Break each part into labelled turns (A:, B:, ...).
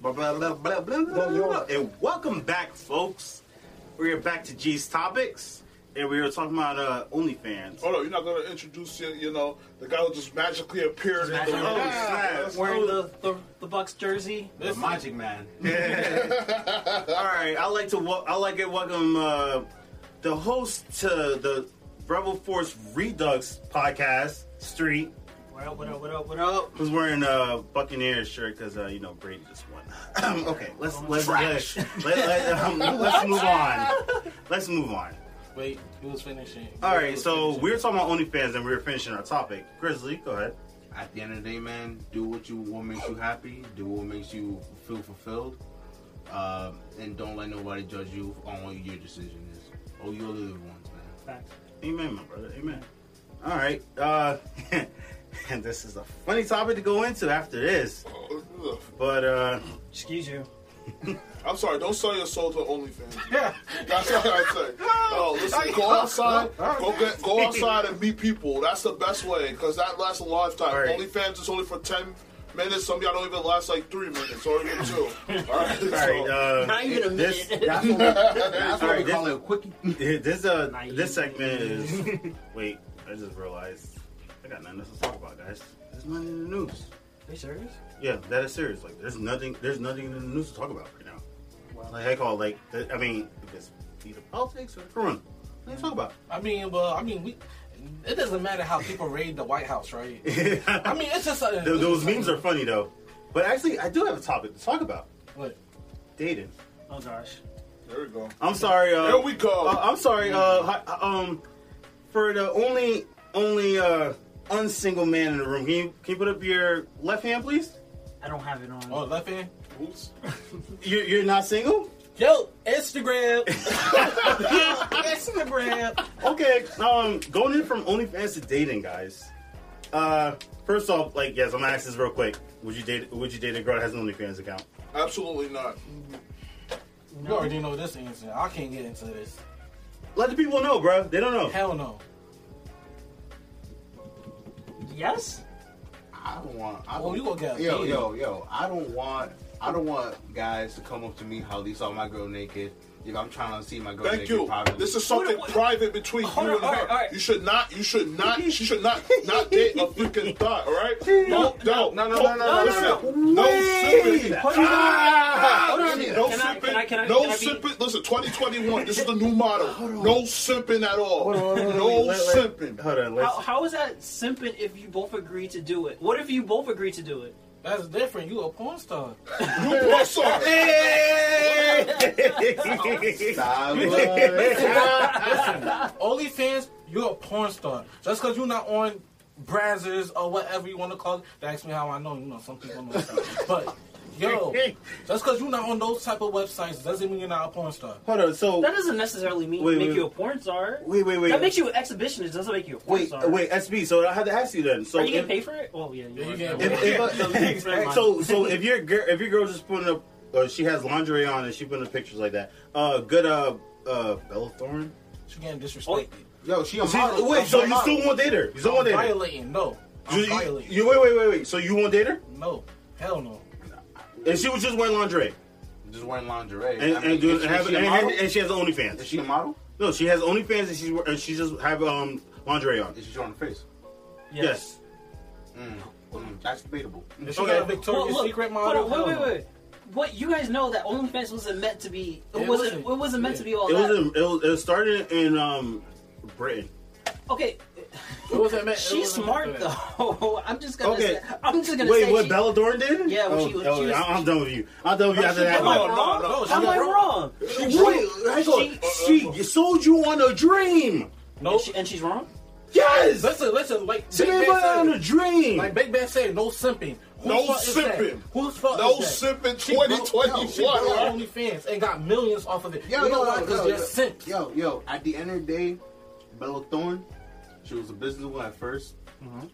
A: blah, blah, blah, blah, blah, blah, blah. And welcome back, folks. We're back to G's Topics, and we were talking about uh, OnlyFans.
B: Hold on, you're not gonna introduce you, you know the guy who just magically appeared. in
C: magically-
B: the
A: Oh,
B: room.
A: snap.
C: Wearing the, the, the Bucks jersey.
D: The magic man.
A: All right, I like to wel- I like to welcome uh, the host to the Rebel Force Redux podcast, Street,
C: What up, what up, what up, what up?
A: who's wearing a Buccaneers shirt because uh, you know Brady just won. okay, let's let's
C: Trash.
A: let, let, um, let's move on. Let's move on.
C: Wait, who was finishing?
A: All
C: Who
A: right,
C: was
A: so
C: finishing?
A: we were talking about OnlyFans and we were finishing our topic. Grizzly, go ahead.
D: At the end of the day, man, do what you what makes you happy. Do what makes you feel fulfilled. Um, and don't let nobody judge you on what your decision is. Oh, you're the ones, man.
C: Facts.
A: Amen, my brother. Amen. All right, uh, and this is a funny topic to go into after this,
B: Oh, ugh.
A: but uh,
C: Excuse you.
B: I'm sorry, don't sell your soul to OnlyFans. Yeah. That's what I say. No, listen, go outside, go get, go outside and meet people. That's the best way because that lasts a lifetime.
A: All right.
B: OnlyFans is only for ten minutes. Some of y'all don't even last like three minutes or even two. All right, so,
A: all right, uh,
C: Not even a
A: this-
C: minute.
D: That's what we, that's what
A: Alright,
D: we
A: this-
D: call it a quickie.
A: this uh
C: Naive.
A: this segment is wait I just realized I got nothing else to talk about guys there's nothing in the news
C: Are you serious?
A: yeah that is serious like there's nothing there's nothing in the news to talk about right now
C: Wow.
A: like heck all like th- I mean if it's either politics or Corona let's talk about
E: I mean, well, I mean, we. It doesn't matter how people raid the White House, right? I mean, it's just a,
A: Th- those memes are funny though but actually I do have a topic to talk about
E: What?
A: dating
C: Oh gosh.
B: there we go.
A: I'm sorry uh,
B: Here we go.
A: uh, I'm sorry uh hi- uh, um for the only only uh unsingle man in the room can you can you put up your left hand please.
C: I don't have it on.
E: Oh, left hand.
B: Oops.
A: You're, you're not single?
E: Yo, Instagram. Yo, Instagram.
A: Okay. Um, going in from OnlyFans to dating, guys. Uh, first off, like, yes, I'm gonna ask this real quick. Would you date? Would you date a girl that has an OnlyFans account?
B: Absolutely not.
E: You already know this answer. I can't get into this.
A: Let the people know, bro. They don't know.
E: Hell no.
C: Yes?
D: I don't want. I
E: Well,
D: don't,
E: Oh, you gonna get
D: yo,
E: beat.
D: yo, yo. I don't want. I don't want guys to come up to me how they saw my girl naked. If I'm trying to see my girl
B: Thank
D: naked,
B: you.
D: privately.
B: This is something
C: What- what-
B: private between
C: Hold
B: you
C: on,
B: and
C: all
B: her.
C: right, all right.
B: You should not. You should not. She should not. Not date a freaking thought. All right. No. No.
D: no, no, no, no, no,
B: listen,
D: no,
B: No sipping.
D: Wait.
B: Ah,
C: Hold on.
B: listen, No
C: Can I- can I- can I-
B: sipping. No
C: can I be-
B: sipping. Listen, 2021. This is the new model. No sipping at all.
A: Hold on,
B: No
A: wait, wait, wait.
B: sipping.
A: Hold on.
C: How,
A: Let's.
C: how is that simping if you both agree to do it? What if you both agree to do it?
E: That's different. You a porn star.
B: You porn star.
D: Stop it.
E: OnlyFans, you're a porn star. Just because you're not on Brazzers or whatever you want to call it, that asks me how I know. You know, some people know. but, yo, just because you're not on those type of websites doesn't mean you're not a porn star.
A: Hold on. So.
C: That doesn't necessarily mean
A: Wait,
C: make
A: wait.
C: you a porn star.
A: Wait, wait, wait.
C: That makes you an exhibitionist. Doesn't make you a porn
A: Wait,
C: star.
A: wait, SB. So I have to ask you then. So
C: Are you
A: if,
C: getting paid for it? Well, yeah. You
E: Yeah,
C: are.
E: you getting
C: Yeah.
E: paid.
A: if, if,
C: Never
A: if,
C: mind.
A: so so if your girl if your girl's just putting up uh, she has lingerie on and she putting up pictures like that. Uh, good. Uh, uh, Bella Thorne.
E: She getting disrespected.
D: Yo, she a
A: See,
D: model.
A: wait,
D: I'm
A: so
D: a
A: you
D: model.
A: still won't date her? You still
E: I'm
A: won't date her?
E: violating. No. I'm
A: You, you,
E: violating.
A: you, wait, wait, wait, wait. So you won't date her?
E: no. Hell no.
A: And she was just wearing lingerie.
D: just wearing lingerie?
A: And,
D: I
A: and,
D: mean,
A: doing-
D: is, she,
A: have-
D: is she a
A: and-
D: model?
A: and- and she has OnlyFans.
D: is she a model?
A: no, she has OnlyFans and she's, wear- and she just have um, lingerie on.
D: Is she showing her face?
A: Yes.
D: Mm, that's debatable.
E: If she
A: Okay.
E: got a
C: Well,
E: Victoria's
C: look,
E: Secret
C: hold
E: model,
C: on,
E: hell
C: wait,
E: no.
C: wait, wait. What you guys know that OnlyFans wasn't meant to be. It,
E: It
C: wasn't.
E: wasn't.
C: It wasn't meant to be all
A: It
C: that.
A: was in, it was it started in um, Britain.
C: Okay,
E: It wasn't meant- it
C: she's
E: wasn't
C: smart
E: meant for that.
C: though. I'm just gonna.
A: Okay.
C: Say, I'm just gonna
A: Wait,
C: say.
A: what
C: she-
A: Bella Thorne did?
C: Yeah, when
A: oh,
C: she was-
A: oh,
C: she was-
A: I'm done with you. I'm done with you after that.
C: Am I
A: one.
E: no,
C: wrong?
E: no, no, she
C: Am
E: was
C: I
E: wrong.
C: wrong?
A: She, wait, she, she sold you on a dream.
E: No.
C: And, she, and she's wrong.
A: Yes.
E: Listen, listen. Like
A: She
E: Big Ben
A: went on
E: said,
A: a dream.
E: like Big Ben said, no simping. Whose
B: No
E: fault is that?
B: simping.
E: Whose fault
B: No
E: is that?
B: sipping.
E: She broke- She broke her
B: 2021.
E: OnlyFans and got millions off of it.
D: Yo,
E: you
D: yo,
E: know why?
D: yo,
E: Because
D: yo,
E: they're
D: yo.
E: simps.
D: Yo, yo. At the end of the day, Bella Thorne, she was a businesswoman at 1st
A: Mm-hmm.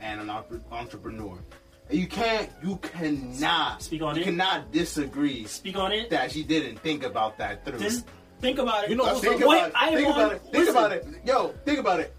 D: and an entre- entrepreneur. And you can't, you cannot,
C: Speak on
D: you
C: it.
D: cannot disagree
C: Speak on it.
D: that she didn't think about that through.
C: Just think about it.
E: You know
D: Now
E: what's
D: think
E: up?
C: Wait,
D: about it.
C: I am
D: Think
C: on-
D: about it. Think
C: listen.
D: about it. Yo, think about it.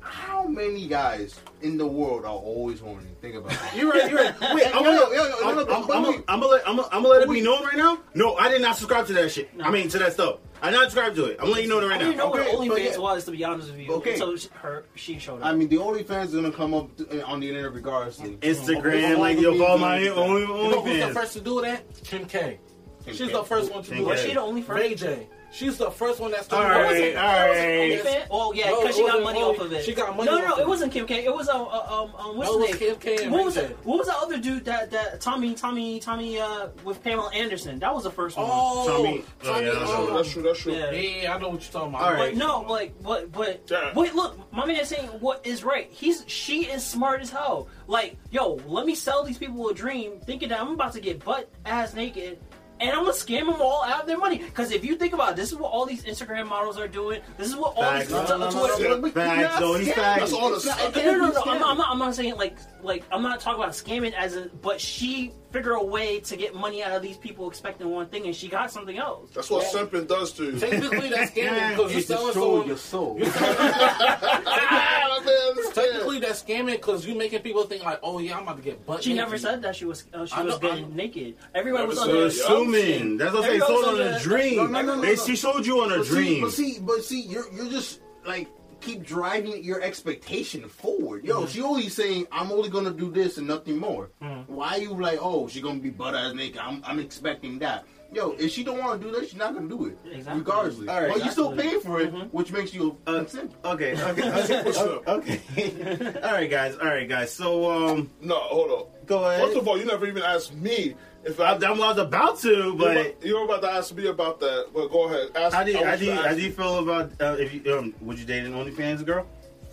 D: How many guys in the world are always horny? Think about it.
A: You're right. You're right. Wait,
D: Yo,
A: I'm
D: yo,
A: gonna,
D: yo, yo, no, no,
A: I'm,
D: but-
A: I'm,
D: but
A: I'm gonna I'm gonna let I'm gonna I'm gonna let it be known right now. No, I did not subscribe to that shit. I mean to that stuff. I did not subscribe to it. I'm letting you know that
C: I
A: right
C: didn't
A: now.
C: know
D: Okay,
C: what
D: but
C: OnlyFans
D: yeah.
C: was, to be honest with you.
D: Okay.
C: So she, her, she showed up.
D: I mean, the OnlyFans is gonna come up uh, on the internet regardless.
A: Instagram, like yo, call my only
E: You know who's the
A: OnlyFans.
E: first to do that? Kim K.
D: Kim
E: She's
D: K.
E: the first one to
A: Kim
E: do
A: K.
E: it.
C: was she the only
E: Ray
C: friend?
E: J. She's the first one that's
A: All
E: doing
A: right,
E: it.
A: all right.
C: OnlyFans? Oh yeah,
E: No, it
C: because she got
E: wasn't
C: money
E: only-
C: off of it.
E: she got money
C: No,
E: off
C: no,
E: of
C: it
E: it.
C: wasn't Kim K. It was uh, uh, um, um what's
E: No,
C: his
E: it was
C: name?
E: Kim K and
C: what
E: Ray
C: was
E: J.
C: the, what was the other dude that that Tommy Tommy Tommy uh with Pamela Anderson? That was the first one.
E: Oh,
A: Tommy- oh,
E: Tommy,
A: yeah, that's
E: um,
B: true, that's true. That's true.
C: Yeah.
E: yeah, I know what you're talking about.
A: All
C: But
A: right.
C: no, like, what, but,
B: Yeah.
C: wait, look, my man is saying what is right. He's, she is smart as hell. Like, yo, let me sell these people a dream, thinking that I'm about to get butt ass naked, and I'm gonna scam them all out of their money. Because if you think about it, this is what all these Instagram models are doing. This is what all
A: Facts.
C: these
A: No,
C: Twitter.
A: no, no,
C: Twitter-
A: no. Facts, though, he's facts.
B: That's all the-
C: No, no, no, I'm, not, I'm not. I'm not saying like, like, I'm not talking about scamming as a. But she figure a way to get money out of these people expecting one thing, and she got something else.
B: That's what simping does to you.
E: Technically, that's scamming because you're
D: It
E: selling
D: destroyed
E: someone.
D: your soul.
B: Ah, man,
E: Technically, that's scamming because you're making people think like, oh yeah, I'm about to get butt.
C: She
E: naked.
C: never said that she was uh, she
E: I
C: was
E: know- I
C: getting
E: know.
C: naked. Everyone was
B: Never
A: You're
C: under.
B: said
A: assuming. That's what they
C: Everybody
A: sold
C: was
A: on
C: on
A: a
C: the-
A: dream.
D: No, no, no, no,
A: they,
D: no.
A: She sold you on a
D: But see,
A: dream.
D: but see, but see, you're you're just like keep driving your expectation forward. Yo, she only saying I'm only gonna do this and nothing more. Why you like, oh, she gonna be butt ass naked? I'm I'm expecting that. Yo, if she don't want to do that, she's not gonna do it,
C: Exactly.
D: regardless.
A: All right,
D: but you still
C: exactly.
D: paying for it, which makes you a
A: Uh,
D: consent.
A: okay, okay, okay, okay. all right, guys. All right, guys. So, um,
B: No, hold on.
A: go ahead.
B: First of all, you never even asked me if I.
A: I, I was about to,
B: you, were
A: but
B: about, you were about to ask me about that, but go ahead. Ask,
A: how do you,
B: I
A: how
B: was
A: do you,
B: gonna
A: how
B: ask
A: do you feel about uh, if you um, would you date an OnlyFans girl?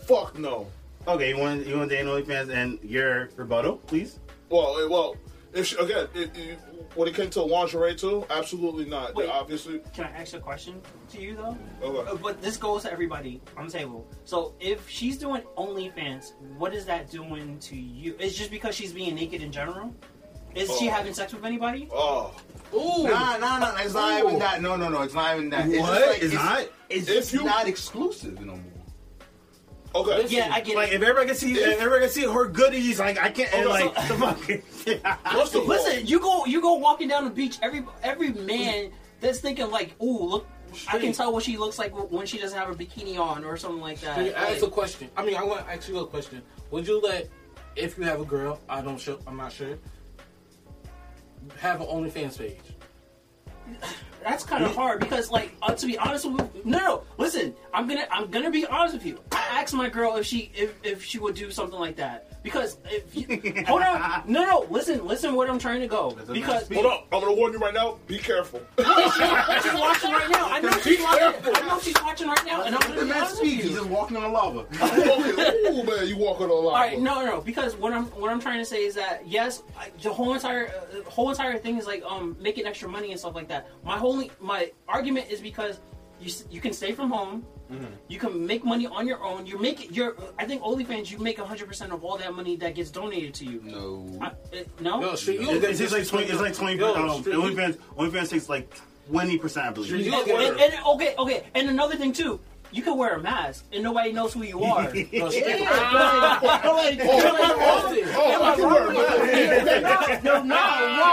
B: Fuck no.
A: Okay, you want you want to date an OnlyFans and your rebuttal, please.
B: Well, it, well, if she, again, it, it, when it came to lingerie too, absolutely not.
C: Wait.
B: Obviously,
C: Can I ask a question to you though?
B: Okay.
C: Uh, But this goes to everybody on the table. So if she's doing OnlyFans, what is that doing to you? It's just because she's being naked in general. Is she
B: Oh.
C: having sex with anybody?
B: oh,
E: Ooh,
D: Nah, nah, nah. It's not even that. No, no, no. It's not even that. It's just
A: What?
D: like,
A: It's not?
D: It's
B: If
D: just
B: you-
D: not exclusive no more.
B: okay.
E: This-
C: Yeah, I get
A: Like,
C: it.
A: if everybody can see, if everybody can see her goodies, like I can't, and, like the fucking.
B: First of all,
C: Listen, you go you go walking down the beach. Every every man that's thinking like, ooh, look. I can tell what she looks like when she doesn't have her bikini on or something like that.
E: Can you ask a
C: Like-
E: question? I mean, I want to ask you a question. Would you let, if you have a girl, I don't sure, I'm not sure, have an OnlyFans page?
C: That's kind of hard because, like, uh, to be honest with you, no, no. Listen, I'm gonna, I'm gonna be honest with you. I asked my girl if she, if, if she would do something like that because if you, hold on, no, no. Listen, listen, where I'm trying to go
D: a nice
C: because
D: speech.
B: hold on. I'm gonna warn you right now. Be careful.
C: she's watching right now. I know she's watching. I know she's watching right now, and I'm gonna
D: The
C: be
D: man
C: honest with
D: speaks. He's
C: you.
D: just walking on lava.
B: Ooh, man, you walking on lava.
C: All right, no, no, because what I'm what I'm trying to say is that yes, I, the whole entire uh, the whole entire thing is like um making extra money and stuff like that. My whole my argument is because you s- you can stay from home, you can make money on your own. You make it. You're I think OnlyFans you make 100 percent of all that money that gets donated to you.
D: no.
C: I, uh, no,
E: Yo, should you?
A: It's, it's like twenty. It's like twenty.
E: Yo,
A: um,
E: should you-
A: OnlyFans. OnlyFans takes like twenty percent, I believe.
E: Should you-
C: and, and- and- okay, okay, and another thing too. You can wear a mask and nobody knows who you are.
E: No, straight-
B: Oh,
C: Am
B: I
C: I
B: can wear a
C: wrong?
B: mask.
C: No, no, wrong.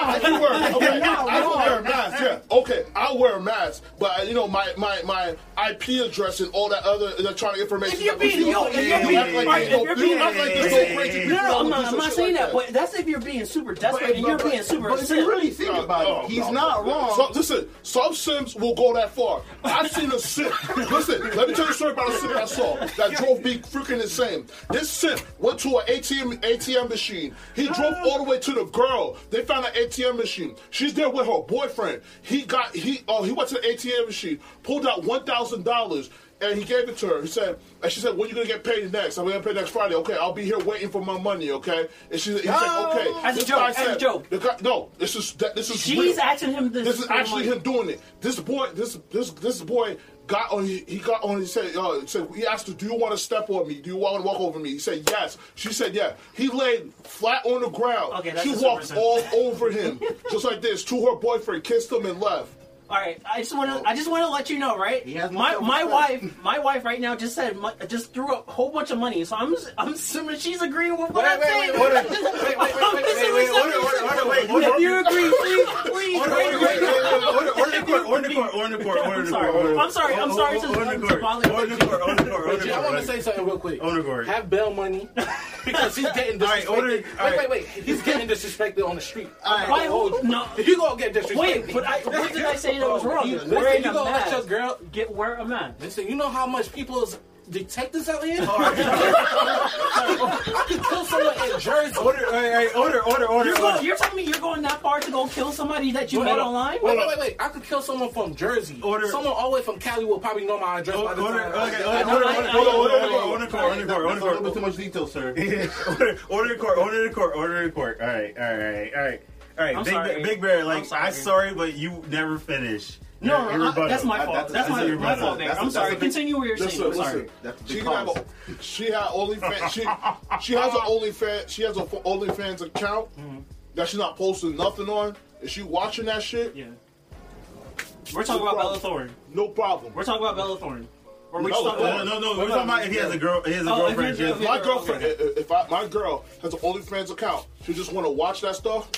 B: I can wear. Okay, I can wear a mask. Yeah. Okay, I'll wear a mask. But you know, my my my IP address and all that other electronic information.
C: If you're being- yo, if
A: you're being-
B: act like
A: right,
B: this
A: if
B: don't-
C: you're
B: you
C: being-
B: act like this
A: yeah,
B: don't crazy.
A: yeah,
C: No,
A: yeah,
C: no,
B: people don't
C: I'm
B: do
C: not, I'm
B: some
C: not
B: shit
C: saying
B: like
C: that, but that's if you're being super desperate and you're being super
D: But if
C: sick.
D: you really think about
B: No, no,
D: it, he's
B: no,
D: not
B: no.
D: wrong.
B: So, listen, some Sims will go that far. I've seen a Sim. Listen, let me tell you a story about a Sim I saw that drove me freaking insane. This Sim went to an ATM ATM machine. He drove all the way to the girl. They found an ATM machine. She's there with her boyfriend. He got he oh he went to the ATM machine, pulled out one thousand dollars. And he gave it to her. He said, and she said, "When you gonna get paid next? I'm gonna get paid next Friday. Okay, I'll be here waiting for my money. Okay." And she, he said, "Okay."
C: As a
B: This
C: joke,
B: guy
C: as a joke.
B: the guy- no, this is that. This is
C: She's
B: real.
C: asking him this
B: This is
C: for
B: actually
C: money.
B: him doing it. This boy, this this this boy got on. He, he got on. He said, uh, he said- he asked her, "Do you want to step on me? Do you want to walk over me?" He said, "Yes." She said, "Yeah." He laid flat on the ground.
C: Okay, that's
B: she
C: a
B: walked
C: super-
B: all over him, just like this, to her boyfriend, kissed him, and left.
C: All right, I just want to I just want to let you know, right?
D: He has
C: my
D: no
C: my
D: self-respect.
C: wife, my wife right now just said mu- just threw a whole bunch of money, so I'm I'm assuming she's agreeing with what
E: Wait,
C: I'm
E: wait,
C: saying.
E: wait, wait,
A: Wait, wait, wait, wait, wait, wait, wait,
C: If you agree, please, please.
A: Order,
C: Right,
A: order,
C: right.
A: order, order the court, order the court, order the court, order
C: I'm
A: the
C: sorry.
A: court, order the
C: I'm sorry. I'm
A: court.
C: sorry
A: Order the
C: to-
A: court,
C: to bother you.
A: Order the court, order the court, order the
E: Gee, I want to
A: court.
E: say something real quick.
A: Order court.
E: Have bail money because he's getting disrespected.
A: All right, order-
E: wait,
A: all right.
E: wait, wait. He's getting disrespected on the street.
D: All
C: Why?
D: right.
E: Hold-
C: No.
E: You gonna get disrespected?
C: Wait, but I, what did I say that was wrong?
E: You,
C: Wearing
E: listen, you
C: a
E: gonna let your
C: mask.
E: girl
C: Get wear a mask.
E: Listen, you know how much people is detectives out here? I could kill someone in Jersey.
A: Order, all right, all right, order, order, order,
C: You're,
A: order.
C: going, you're telling me you're going that far to go kill somebody that you
E: Wait,
C: met
E: hold on.
C: online?
E: Wait, wait, wait, wait. I could kill someone from Jersey.
A: Order-
E: Someone all the way from Cali will probably know my address by
A: Order,
E: the
A: order,
E: time.
A: okay,
E: I-
A: order, order,
C: I- I-
A: order, order, order,
C: I-
A: order, order, order,
D: That's a
A: order,
D: little bit
A: order.
D: too much detail, sir.
A: order, order the court, order the court, order the court. All right, all right, all right, all right.
C: I'm
A: Big,
C: sorry.
A: Bear, Big Bear, like
C: I'm sorry.
A: I'm sorry, but you never finish. Your-
C: No, I-
A: your rebuttal.
C: that's my
A: I-
C: fault.
A: that's-
C: That's,
A: that's
C: my,
A: your
C: my
A: rebuttal.
C: fault, Dave.
A: That's-
C: I'm
A: that's
C: sorry.
A: a big-
C: Continue what you're saying.
B: Listen,
C: I'm
B: listen.
C: sorry.
D: That's
B: She
D: the
B: have
D: cause.
B: a, she had OnlyFans. She she has an OnlyFans. She has an OnlyFans account
C: Mm-hmm.
B: that she's not posting nothing on. Is she watching that shit?
C: Yeah. We're talking about Bella Thorne.
B: No problem.
C: We're talking about Bella Thorne. Or we're
B: No,
C: just talking
A: No,
C: about.
A: no, no. We're talking about if he has a girl, he has a
C: Oh, if
A: girlfriend.
C: you-
A: just-
C: if you-
B: My girlfriend, i- if I, my girl has an OnlyFans account, she just want to watch that stuff.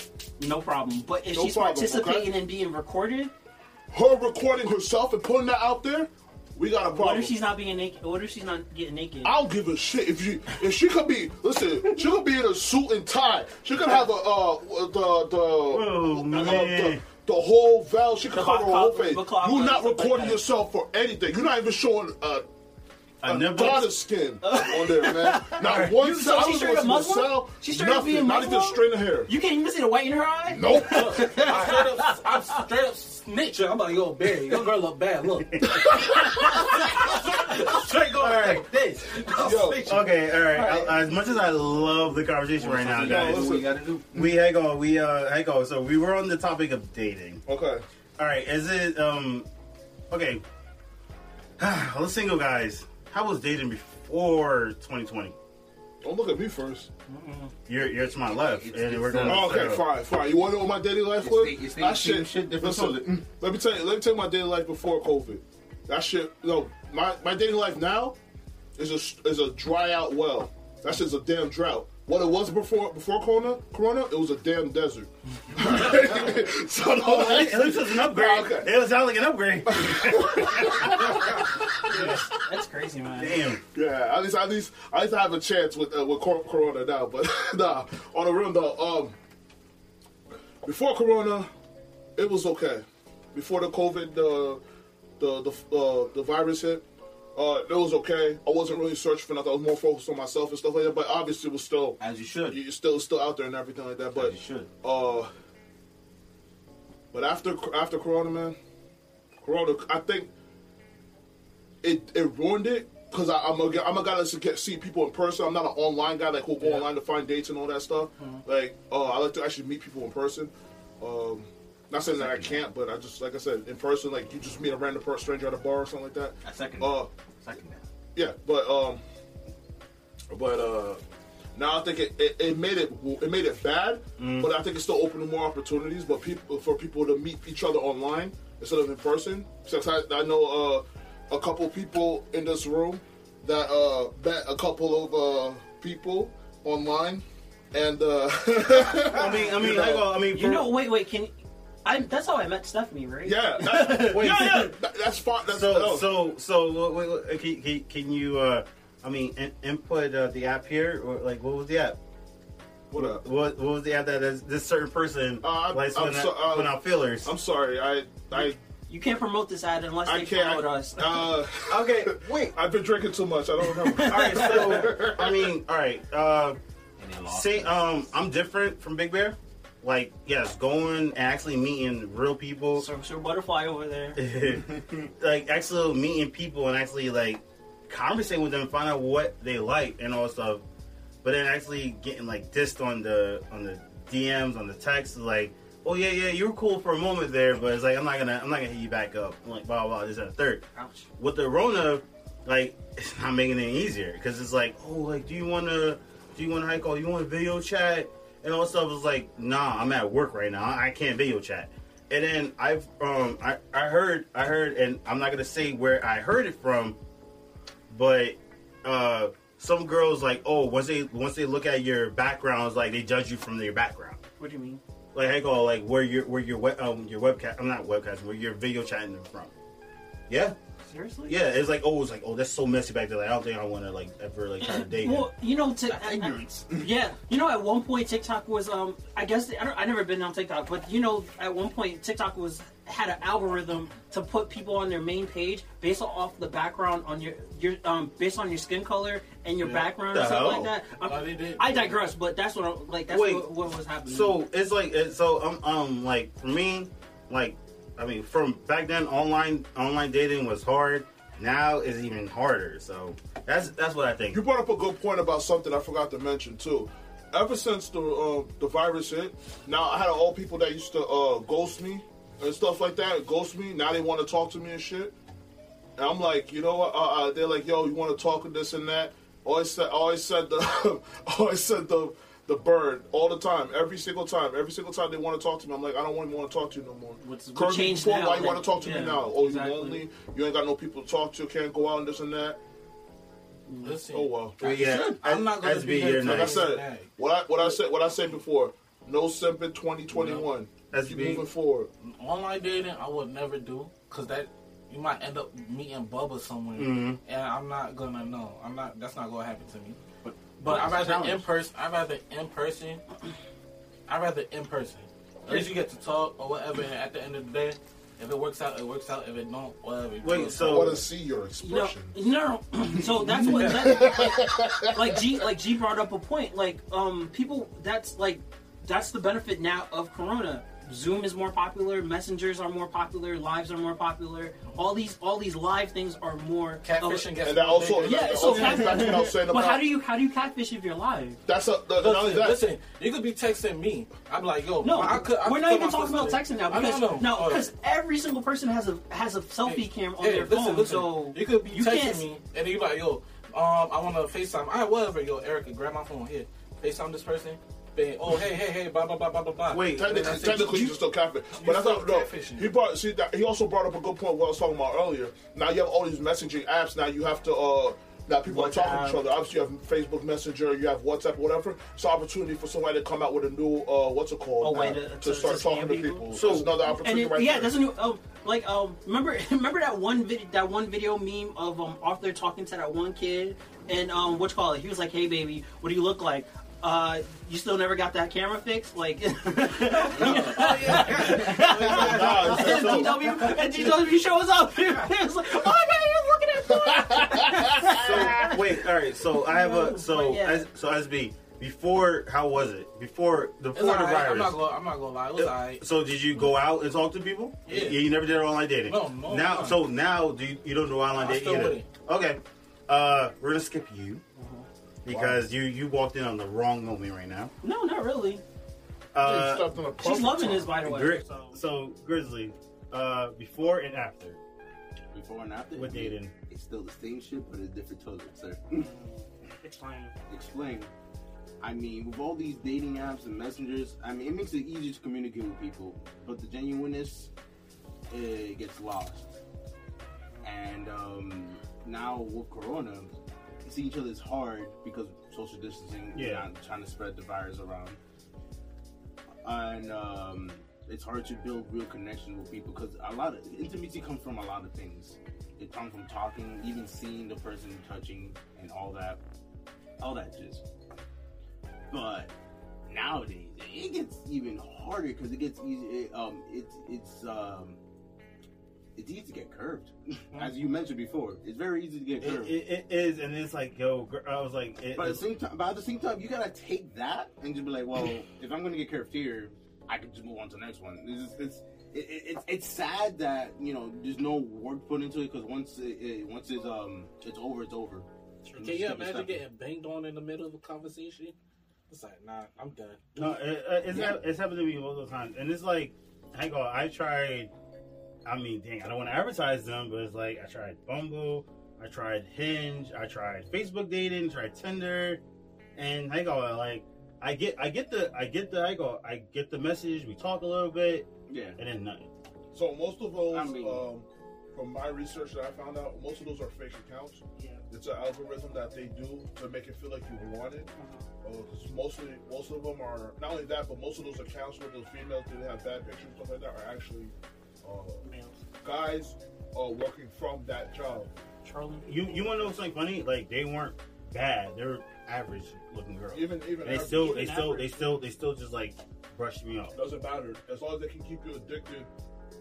C: No problem. But if
B: No
C: she's
B: problem,
C: participating
B: okay?
C: in being recorded,
B: Her recording herself and putting that out there, we got a problem.
C: what if she's not being naked? What if she's not getting naked?
B: I don't give a shit if you if she could be listen she could be in a suit and tie she could have a uh the the
A: Oh,
B: uh,
A: man.
B: the, the whole valve she
C: The
B: could cover her
C: clock-
B: whole
C: clock-
B: face
C: the clock
B: you're
C: and
B: not
C: stuff like
B: recording
C: that.
B: yourself for anything you're not even showing uh,
A: I
B: a
A: never-
B: goddess skin on there man not one
C: You- so
B: cell
C: she
B: was
C: straight up
B: supposed to
C: Muslim?
B: sell
C: She straight up
B: nothing
C: being
B: not even
C: Muslim?
B: straight in hair
C: you can't even see the white in her eye?
B: nope
E: I'm straight up, I'm straight up snitching. I'm like, yo, Barry, your girl look bad. Look. I'm straight going like this. I'm
B: Yo.
E: snitching.
A: Okay, all right. I, as much as I love the conversation right now,
D: You gotta do
A: guys,
D: what you gotta do.
A: we hang on. We uh, hang on. So we were on the topic of dating.
B: okay
A: All right, is it um okay? Let's single guys. How was dating before 2020?
B: don't look at me first
A: You're you're to my left,
D: It's-
A: and
D: it's,
A: we're going.
D: uh,
B: Oh, okay,
A: so-
B: fine, fine. You want to know what my daily life
D: It's
B: was?
D: the- it's the
B: that
D: same shit, different
B: listen,
D: color. Mm.
B: Let me tell you. Let me tell you my daily life before COVID. That shit. No, my my daily life now is a is a dry out well. That shit's a damn drought. What it was before before Corona, Corona, it was a damn desert. so no,
A: Oh, At least- at least it's an upgrade.
B: Okay.
A: It was not like an upgrade.
C: That's crazy, man.
A: Damn.
B: Yeah, at least at least at least I have a chance with uh, with cor- Corona now. But nah, on the real though, um, before Corona, it was okay. Before the COVID, uh, the the uh, the virus hit, uh, it was okay. I wasn't really searching for nothing. I was more focused on myself and stuff like that. But obviously, it was still
D: As you should.
B: you still still out there and everything like that. But
D: You should.
B: uh, but after after Corona, man, Corona, I think it it ruined it because I'm a guy- I'm a guy that get see people in person. I'm not an online guy like who'll go online to find dates and all that stuff. Like, uh, I like to actually meet people in person. Um, not saying that I can't, but I just like I said in person, like you just meet a random person, stranger at a bar or something like that.
D: I second that.
B: Uh,
D: Second that.
B: yeah, but um, but uh, now I think it, it, it made it it made it bad,
A: Mm.
B: but I think it's still opening more opportunities. But people for people to meet each other online instead of in person. Since I, I know uh, a couple people in this room that uh, met a couple of uh, people online, and uh,
A: I mean, I mean,
B: You know.
A: hang on, I mean,
C: You
A: for-
C: know, wait, wait, can I? That's how I met Stephanie, right?
B: yeah, that, yeah, yeah, that- that's fine. That's
A: So
B: no.
A: so so what- what- what- can, can, can you? Uh, I mean, in, input uh, the app here, or like what was the app?
B: what up?
A: What what was the app that this, this certain person
B: Uh, I'm-
A: likes
B: I'm
A: when
B: so-
A: I,
B: uh,
A: when I feelers?
B: I'm sorry, I I
C: You can't promote this ad unless
B: I
C: they
B: can't.
C: promote us.
B: Uh,
A: okay.
D: Wait.
B: I've been drinking too much. I don't remember.
A: All right. So I mean, all right. Uh,
D: And they lost.
A: See, um, I'm different from Big Bear. Like, yes, going and actually meeting real people,
C: so, so butterfly over there.
A: like actually meeting people and actually like conversating with them, find out what they like and all stuff. But then actually getting like dissed on the on the DMs on the text, like, oh yeah, yeah, you were cool for a moment there, but it's like I'm not gonna I'm not gonna hit you back up. I'm like blah blah, blah, this and a third
C: Ouch.
A: with the Rona, like it's not making it easier because it's like, oh, like do you want to, do you want to hike? Oh, you want video chat and all stuff? It's like, nah, I'm at work right now. I can't video chat. And then I've um I, I heard I heard and I'm not gonna say where I heard it from, but uh some girls like oh once they once they look at your backgrounds like they judge you from your background.
C: What do you mean?
A: like I call like where your where your web um your webcast I'm not webcast where your video chatting is from. Yeah,
C: Seriously?
A: yeah. It's like oh, it's like oh, that's so messy back there. Like I don't think I want to like ever like try to date. him.
C: Well, you know, to,
D: ignorance.
C: yeah, you know, at one point TikTok was, um, I guess I don't, I never been on TikTok, but you know, at one point TikTok was had an algorithm to put people on their main page based off the background on your your um based on your skin color and your
E: Yeah.
C: background
A: The
C: and stuff
A: hell?
C: like that. Um,
E: Oh, they did.
C: I digress, but that's what I'm, like that's
A: Wait,
C: what, what was happening.
A: So it's like it's- so um um like for me like I mean from back then online online dating was hard. Now is even harder. So that's that's what I think.
B: You brought up a good point about something I forgot to mention too. Ever since the um, the virus hit, now I had all people that used to uh, ghost me and stuff like that. Ghost me. Now they want to talk to me and shit. And I'm like, you know what? Uh, uh, they're like, yo, you want to talk and this and that. Always said, always said the, always said the the bird all the time, every single time, every single time they want to talk to me. I'm like, I don't want to want to talk to you no more.
C: What's- what
B: Curve me
C: changed
B: before,
C: now
B: Why you
C: that-
B: want to talk to
C: yeah,
B: me now? Oh,
C: exactly.
B: you lonely? You ain't got no people to talk to. Can't go out and this and that.
E: Listen,
B: Oh well.
A: But yeah,
E: I'm not gonna
A: SB
E: be
A: here
E: here
A: tonight.
B: Like I
E: nice.
B: said, what I what I said what I said before. No simping 2021.
A: That's
B: Keep
A: big.
B: moving forward.
E: online dating I would never do because that you might end up meeting Bubba somewhere,
B: Mm-hmm.
E: and I'm not gonna know. I'm not. That's not gonna happen to me. But but I rather in person. I rather in person. I rather in person. At least you get to talk or whatever. And at the end of the day, if it works out, it works out. If it don't, whatever.
A: Wait,
B: I
A: so
B: want to see your
C: You know,
B: expression.
C: no, no. so that's what that, like, like G like G brought up a point. Like um people that's like that's the benefit now of Corona. Zoom is more popular, messengers are more popular, lives are more popular. All these all these live things are more
E: catfishing
C: Oh,
E: gets
B: And that also,
E: bigger.
C: Yeah,
B: that
C: so
B: also goes back to what I was saying
C: but how
B: about.
C: do you how do you catfish if you're live?
B: That's a. The, not only
E: Listen,
B: that,
E: listen, you could be texting me. I'm like, yo,
C: No,
E: I could, I
C: we're
E: could
C: not
E: put
C: even
E: my
C: talking about
E: sister-
C: texting now
E: I
C: because
E: don't know.
C: no,
E: Oh,
C: because every single person has a has a selfie cam on
E: Hey,
C: their phone. So
E: you could be
C: can't-
E: texting me and you like, yo, um, I want to FaceTime. I whatever, yo, Erica, grab my phone here. FaceTime this person. Bang. Oh, hey, hey, hey, blah blah blah blah blah blah.
A: Wait,
B: Technically, technically you're still catfish. But that's
E: still
B: not no.
E: catfishing.
B: He brought see that he also brought up a good point what I was talking about earlier. Now you have all these messaging apps. Now you have to uh now people are talking to each other. Obviously you have Facebook Messenger, you have WhatsApp, whatever. It's an opportunity for somebody to come out with a new uh what's it called
C: A way
B: now,
C: to-
B: to,
C: to-
B: start
C: to
B: talking
C: scam
B: to
C: people.
B: people.
A: So-
B: So it's another
C: And
B: opportunity
C: it,
B: right
C: yeah,
B: there.
C: that's a new um, like um remember remember that one video that one video meme of um Arthur talking to that one kid and um what you call it he was like hey baby what do you look like uh you still never got that camera fixed like
B: Nah, it's-
C: and GW and GW shows up it's like oh my god you're looking at
A: so wait, all right. So I have a so
C: but yeah.
A: as, so SB before how was it before
E: it's
A: before
E: all
A: the
E: right. I'm
A: virus?
E: not gonna, I'm not gonna lie, it was alright.
A: So did you go out and talk to people?
E: Yeah.
A: You, you never did online dating.
E: No, no,
A: Now,
E: no.
A: so now do you, you don't do online
E: I'm
A: dating
E: still
A: either?
E: with it. Mm-hmm.
A: Okay, uh, we're gonna skip you because you you walked in on the wrong moment right now.
C: no not really
A: Uh,
B: Stepped in a
C: she's
B: puppet
C: loving
B: time.
C: this by the way
A: Gri- so Grizzly, uh, before and after
D: Before and after.
A: with dating.
D: It's still the same shit, but it's different toilet, sir.
C: explain
D: Explain. I mean, with all these dating apps and messengers, I mean, it makes it easier to communicate with people, but the genuineness it gets lost. And um, now with Corona, see each other is hard because of social distancing. we're
A: Yeah.
D: not trying to spread the virus around, and um, it's hard to build real connection with people because a lot of intimacy comes from a lot of things. It comes from talking, even seeing the person, touching, and all that, all that just. But nowadays it gets even harder because it gets easy. It, um, it's it's um, it's easy to get curved, as you mentioned before. It's very easy to get
A: It,
D: curved.
A: it, it is, and it's like yo, gr- I was like, it,
D: but at the same time, but at the same time, you gotta take that and just be like, well, if I'm gonna get curved here, I could just move on to the next one. It's just- it's it, it, it's it's sad that you know there's no work put into it because once it, it once it's um it's over, it's over.
E: Can you
D: Step-
E: imagine
D: step.
E: getting banged on in the middle of a conversation? It's like, nah, I'm done.
A: No, it, it- it's, hap- it's happened to me multiple times, and it's like, hang on, I tried. I mean, dang, I don't want to advertise them, but it's like I tried Bumble, I tried Hinge, I tried Facebook dating, tried Tinder, and hang on, like I get, I get the, I get the, I go, I get the message. We talk a little bit,
D: Yeah.
A: and then nothing.
B: So most of those,
D: I mean-
B: um, from my research that I found out, most of those are fake accounts.
C: Yeah.
B: It's an algorithm that they do to make it feel like you want it. Uh, 'cause mostly, most of them are not only that, but most of those accounts where those females didn't have bad pictures and stuff like that are actually uh,
F: Males.
B: guys uh, working from that job.
F: Charlie.
A: You you want to know something funny? Like they weren't bad. They're average looking girls.
B: Even even
A: they
B: after-
A: still
F: even
A: they still they
F: average.
A: still they still just like brushed me off.
B: doesn't matter as long as they can keep you addicted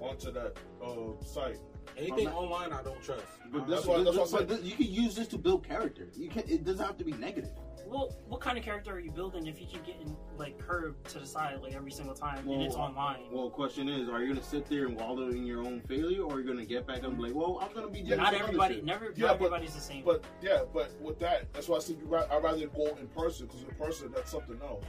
B: onto that uh, site.
E: Anything online, I don't trust.
D: But
B: That's
D: that's
B: why-
D: why,
B: that's why I said-
D: you can use this to build character. You can. It doesn't have to be negative.
C: Well, what kind of character are you building if you keep getting like curved to the side like every single time
D: Well,
C: and it's online?
D: Well, question is, are you gonna sit there and wallow in your own failure, or are you gonna get back up and be like, well, I'm gonna be just
C: not
D: like other
C: everybody,
D: shit?
C: never,
B: Yeah,
C: not
B: but-
C: everybody's the same.
B: But yeah, but with that, that's why I said you ra- I'd rather go in person because in person that's something else.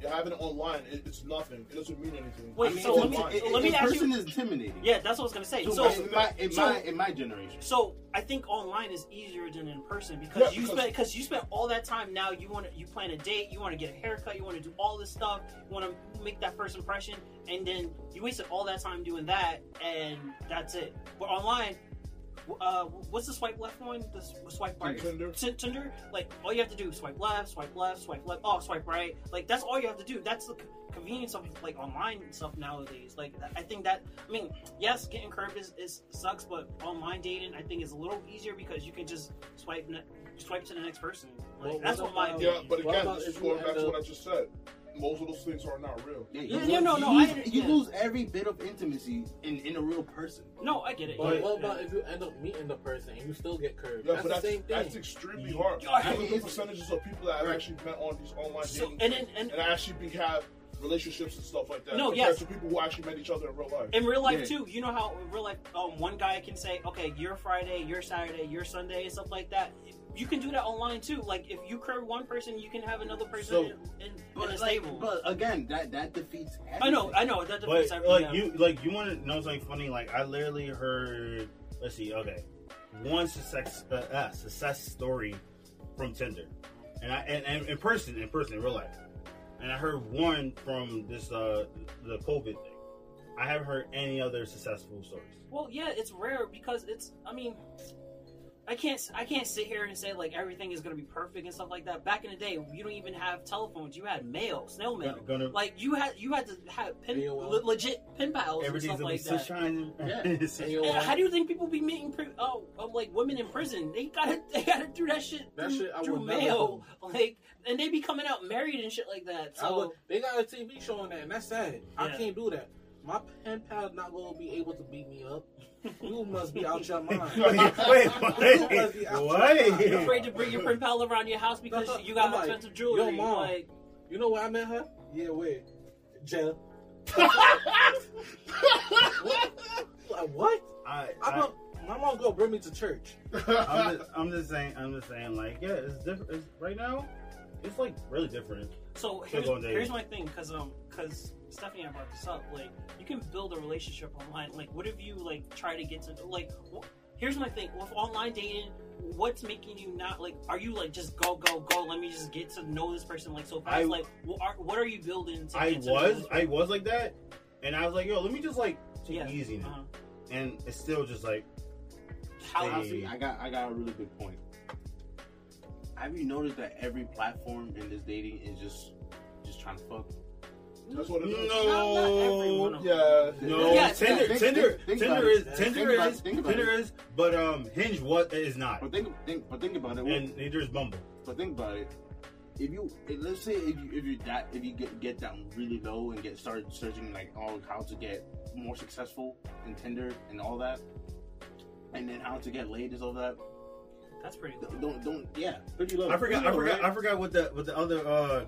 B: You have it online, it, it's nothing. It doesn't mean anything.
C: Wait,
B: It's
C: so let me-
B: online.
D: It- it-
C: let me
D: in
C: ask you-
D: person is intimidating.
C: yeah, that's what I was gonna say.
D: So,
C: So,
D: in, my, in,
C: so-
D: my, in my generation,
C: so I think online is easier than in person
B: Yeah,
C: because you
B: because-
C: spent because you spent all that time now. You want to you plan a date, you want to get a haircut, you want to do all this stuff, you want to make that first impression, and then you wasted all that time doing that, and that's it. But online. w- Uh, what's the swipe left one? The s- swipe right.
B: Tinder?
C: T- Tinder. Like all you have to do, is swipe left, swipe left, swipe left. Oh, swipe right. Like that's all you have to do. That's the c- convenience of like online stuff nowadays. Like I think that I mean yes, getting curved is, is sucks, but online dating I think is a little easier because you can just swipe ne- swipe to the next person. Like,
E: Well,
C: that's what
E: what
C: my
E: about-
B: yeah, but
E: What
B: again,
E: about
B: this is
E: if
B: going
E: you
B: back
E: end
B: to what I
E: up-
B: just said. Most of those things are not real.
D: yeah,
C: Yeah,
D: lose-
C: yeah, no, no, I
D: you, lose,
C: understand.
D: you lose every bit of intimacy in, in a real person.
C: no, I get it.
E: But
C: Yeah.
E: what about if you end up meeting the person and you still get curved?
B: Yeah, but
E: that's the
B: that's,
E: same thing.
B: that's extremely hard.
C: Yeah, I
B: Look at the
D: mean,
B: percentages of people that have
D: Right.
B: actually met on these online
C: So-
B: dating
C: and
B: sites
C: then- and-
B: actually be, have relationships and stuff like that.
C: No,
B: compared
C: yes.
B: to people who actually met each other in real life.
C: in real life
D: Yeah.
C: too, you know how in real life, um, one guy can say, "Okay, you're Friday, you're Saturday, you're Sunday," and stuff like that. You can do that online too. Like if you curve one person, you can have another person
A: So-
C: in, in, in a
D: But, like,
C: stable.
D: but again, that that defeats. Everything.
C: I know, I know. That
A: But
C: defeats everything.
A: like you like you want to know something funny? Like I literally heard. Let's see. Okay, one success uh, uh, success story from Tinder, and I and, and in person in person in real life, and I heard one from this uh the COVID thing. I haven't heard any other successful stories.
C: Well, yeah, it's rare because it's. I mean, I can't. I can't sit here and say like everything is gonna be perfect and stuff like that. Back in the day, you don't even have telephones. You had mail, snail mail.
A: Gonna-
C: like you had, you had to have pin,
E: AOL.
C: le- legit pen pals and
A: Everything's
C: stuff
A: gonna
C: like
A: be
C: that.
A: sunshine.
D: Yeah.
A: and-
E: And you're
C: And
E: like,
C: how do you think people be meeting pri- oh, oh, like women in prison? They gotta they gotta do that shit
E: That
C: through,
E: shit I
C: through
E: would never
C: mail, like, and they be coming out married and shit like that.
E: I
C: So
E: would, they got a TV show on that, and that's sad. I
C: Yeah.
E: can't do that. My pen pal not gonna be able to beat me up. You must be out your mind.
A: wait, wait, wait,
C: you're
A: what?
C: afraid to bring your pen pal around your house because
E: That's-
C: you got
E: I'm like,
C: expensive jewelry.
E: yo, Mom.
C: Like,
E: You know where I met her? Yeah, where? Jail. Like what?
A: I,
E: I
A: I,
E: don't. My mom gonna bring me to church.
A: I'm just, I'm just saying, I'm just saying, like, yeah, it's different. It's, right now, it's like really different. Still
C: so here's,
A: going dating.
C: here's my thing, because um, because Stephanie had brought this up. Like, you can build a relationship online. Like, what if you like try to get to like? Wh- here's my thing with online dating. What's making you not like? Are you like just go go go? Let me just get to know this person like so fast.
A: I-
C: like, what are, what are you building? To
A: I
C: get to know this
A: was, I was like that, and I was like, yo, let me just like take
C: Yeah.
A: it easy now,
C: Uh-huh.
A: and it's still just like,
C: How-
A: Hey.
D: Honestly, I got I got a really good point. Have you noticed that every platform in this dating is just just trying to fuck?
B: That's what it is.
A: no,
B: Yeah.
A: no,
C: Yeah,
A: Tinder,
D: think-
A: Tinder,
D: think- think
A: Tinder
D: about
A: is,
E: it.
A: Tinder
D: Think about
A: is,
D: it, think about
A: Tinder
D: it.
A: is, but um, Hinge what is not,
D: But think, think but think about it.
A: and neither is Bumble.
D: but think about it. If you if, let's say if you if you that if you get, get down really low and get started searching like oh how to get more successful in Tinder and all that, and then how to get laid is all that.
C: That's pretty cool.
D: Don't don't, don't- yeah. Pretty low.
A: I forgot,
D: Pretty
A: I
D: low,
A: forgot,
D: right?
A: I forgot what the what the other uh,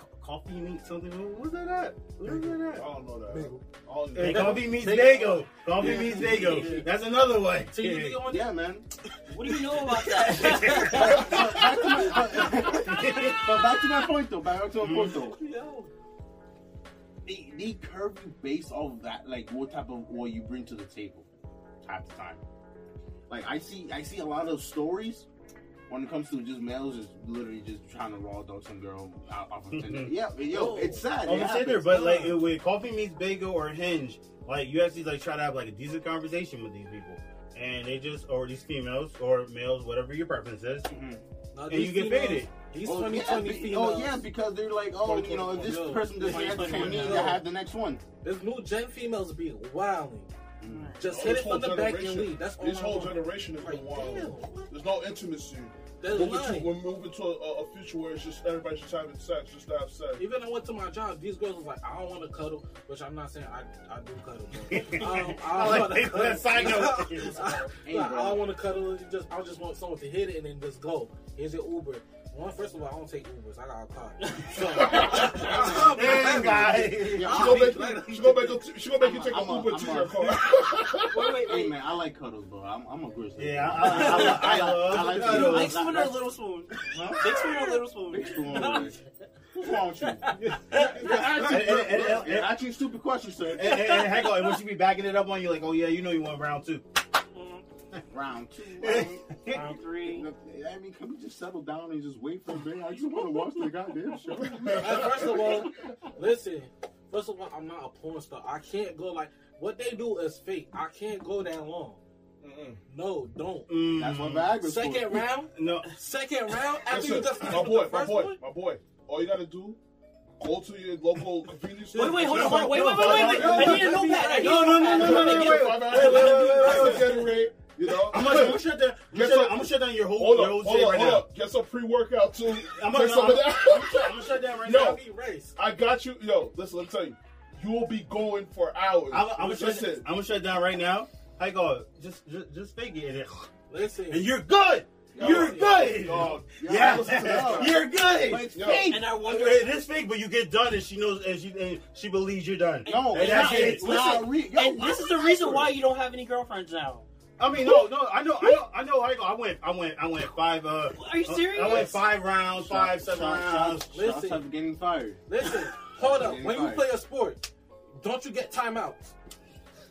A: co- coffee meat something. What was that at? What was that
B: I
A: at?
B: don't know that.
E: Bagel.
B: I don't
A: Hey,
B: know.
A: coffee meets Dago. Coffee meets Dago. That's another way.
E: So you think on
D: Yeah, man.
C: What do you know about that?
D: But back to my, but back to my point though. Back to my point though.
E: Yo.
D: they, they curve you based off of that, like what type of oil you bring to the table, type to time. Like I see, I see a lot of stories when it comes to just males just literally just trying to raw dog some girl out off of Tinder. yeah, but yo,
E: Oh.
D: it's sad.
A: on
D: it
A: the Tinder,
D: happens.
A: but like it- with Coffee Meets Bagel or Hinge, like you actually like try to have like a decent conversation with these people, and they just or these females or males, whatever your preference is,
E: Now,
A: and you
E: these
A: get
E: females-
A: baited.
E: These
D: Mm-hmm. Oh,
E: 2020
D: yeah, be-
E: females.
D: oh yeah, because they're like, oh, you know, if this
E: Yo.
D: person doesn't have this for me, I have the next one.
E: This new gen females be wilding. Just hit
B: Oh, This whole
E: it from the back and
B: generation-
E: leave. That's all.
B: This
E: I
B: whole
E: want.
B: generation is
E: Like,
B: been wild.
E: damn, what?
B: There's no intimacy.
E: That's
B: Moving to-
E: lying.
B: we're moving to a, a future where it's just everybody's just having sex, just to have sex.
E: Even I went to my job, these girls was like, I don't want to cuddle, which I'm not saying I, I do cuddle, but um, I
A: I
E: don't
A: like
E: want to
A: people that side
E: cuddle.
A: note.
E: I, like, I don't want to cuddle. it Just I just want someone to hit it and then just go. Here's your Uber. One, first of all, I don't take Ubers. I got a car. So,
A: Hey, guys.
D: Yeah,
B: She
D: I,
G: Oh,
B: gonna make you, she gonna make you, she gonna make you
D: I'm
B: take
D: a-
B: an
D: I'm a-
B: Uber to
D: I'm
B: your
D: a-
B: car.
G: Wait, wait,
D: hey
G: wait.
D: man, I like cuddles, bro. I'm, I'm a grizzly.
A: Yeah, I, I, I,
D: I
A: love.
D: like
A: I
D: cuddles.
G: Big spoon or a little spoon? Big spoon or a little spoon?
D: Big spoon over there. What's wrong with you?
A: and, and, and,
D: You're
A: and,
D: asking stupid questions, sir.
A: and, and heck, and when she be backing it up on you, like, oh yeah, you know you won round two.
G: Mm,
D: Round two. Round
G: Round three.
D: I mean, can we just settle down and just wait for a day? I just want to watch the goddamn show.
E: And Uh, first of all, listen. First of all, I'm not a porn star. I can't go like what they do is fake. I can't go that long. No, don't.
A: Mm.
D: That's what Viagra's for.
E: Second round.
A: No,
E: Second round. After you
B: Listen,
E: just
B: mm. my boy, my boy, my boy. All you gotta do, go to your local convenience store.
G: Wait, wait, hold on, hold on, wait, wait, wait, wait, wait. I need a notepad. I need
A: No,
G: a
A: no,
G: notepad.
A: no, no, no, no, wait.
B: Five
A: Wait, wait, wait, wait,
B: hours,
A: wait.
B: Gatorade, You know,
A: I'm gonna, I'm gonna shut down. I'm gonna
B: Guess
A: shut,
B: what?
A: I'm gonna shut down your whole,
B: Hold
A: your
B: up,
A: whole
B: hold
A: shit
B: up,
A: right
B: hold
A: now.
B: up. Get some pre-workout too.
A: I'm
B: Get
A: gonna,
B: some
A: I'm,
B: of
A: I'm, I'm, shut,
B: that.
A: I'm gonna shut down right
B: No.
A: now.
E: Be race.
B: I got you. Yo, listen, let me tell you. You will be going for hours.
A: I'm, I'm, gonna shut,
B: listen,
A: I'm gonna shut down right now. I go, just, just, just fake it, and,
E: Listen.
A: and you're good. you're good.
B: dog.
A: yeah,
B: listen to this guy.
A: you're good.
D: But it's
B: Yo.
D: fake.
G: And I wonder.
A: It is fake, but you get done, and she knows, and she, and she believes you're done.
D: No,
A: and
D: it's
A: that's
D: not,
A: it.
D: it's not real. Yo,
G: And
D: why
G: this is
D: would
G: the
D: I
G: reason
D: do
G: why
D: it?
G: you don't have any girlfriends now.
A: I mean, no, no, I know, I know, I know. I go. I went, I went, I went five. Uh,
G: Are you
A: I went
G: serious?
A: five rounds, five,
D: Shots-
A: seven
D: shots-
A: rounds.
D: shots
E: Listen.
D: of getting fired.
E: Listen, hold up. When you
D: Right.
E: play a sport, don't you get timeouts?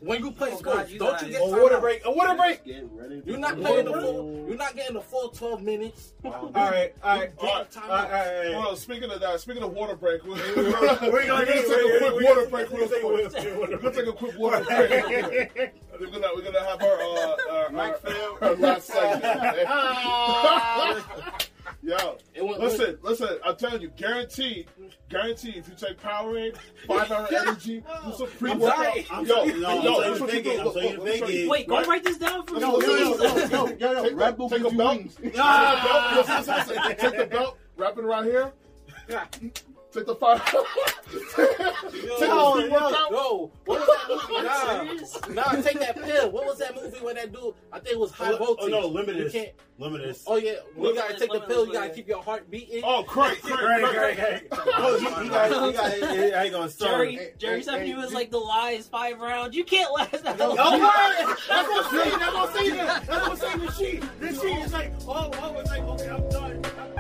E: When you play
G: Oh, God,
E: sports,
G: you
E: don't
G: guys.
E: you get
A: A water
E: timeouts?
A: break. A water break.
D: Get ready to
E: You're not
D: go.
E: playing the full. You're not getting the full 12 minutes.
D: Wow.
A: All right, all right, all
E: All
A: right,
E: right,
A: all right.
B: Hold on, speaking of that, speaking of water break, we're,
A: We're gonna
B: take
A: need-
B: a
A: we're-
B: quick water break real
A: we're-
B: quick.
A: we're-
B: We're gonna take a quick water break. real quick. We're gonna we're gonna have our uh, our,
D: Mike
B: our,
D: Phil.
B: our last segment.
A: Ah.
B: Yo, listen, listen. I'm telling you, guaranteed, guaranteed. If you take Powerade, five hour energy, do some pre workout.
E: dying.
A: I'm
B: Yo,
A: sorry. No, I'm
B: yo,
A: sorry,
B: this what you
A: thinking.
B: do.
A: I'm
B: Look,
A: sorry,
B: look, let me show you.
A: thinking.
G: Wait, go
B: Right?
G: write this down for me.
D: No, no, no, no, no, no, no,
B: Take
D: no.
B: the-
D: Red Bull
B: take
D: gives
B: a
D: you
B: belt.
D: wings.
B: Take the belt. Listen, listen, listen. Take the belt. Wrap it around here. Take the five.
E: Yo,
B: Take the free workout.
E: yo, what was that movie? Nah, nah, take that pill. What was that movie where that dude? I think it was high
A: Oh,
E: voltage.
A: oh, no, limit
E: You
A: this.
E: can't-
A: Limit this.
E: Oh yeah, you
B: Look-
E: gotta take the
G: Look-
E: pill. You gotta
G: look-
E: keep your heart beating.
B: Oh, crank, crank,
A: Great,
B: crank,
A: great,
B: crank.
A: great. Oh, you, you guys, you guys, I ain't gonna start.
G: Jerry, Jerry
D: hey,
G: said
D: hey,
G: he was
D: you-
G: like the lies five rounds. You can't last that long.
A: Oh, right. That's what I'm saying. That's what I'm saying. That's what I'm saying. The sheet. The sheet is like, oh, oh, it's like, okay, I'm done. I'm done.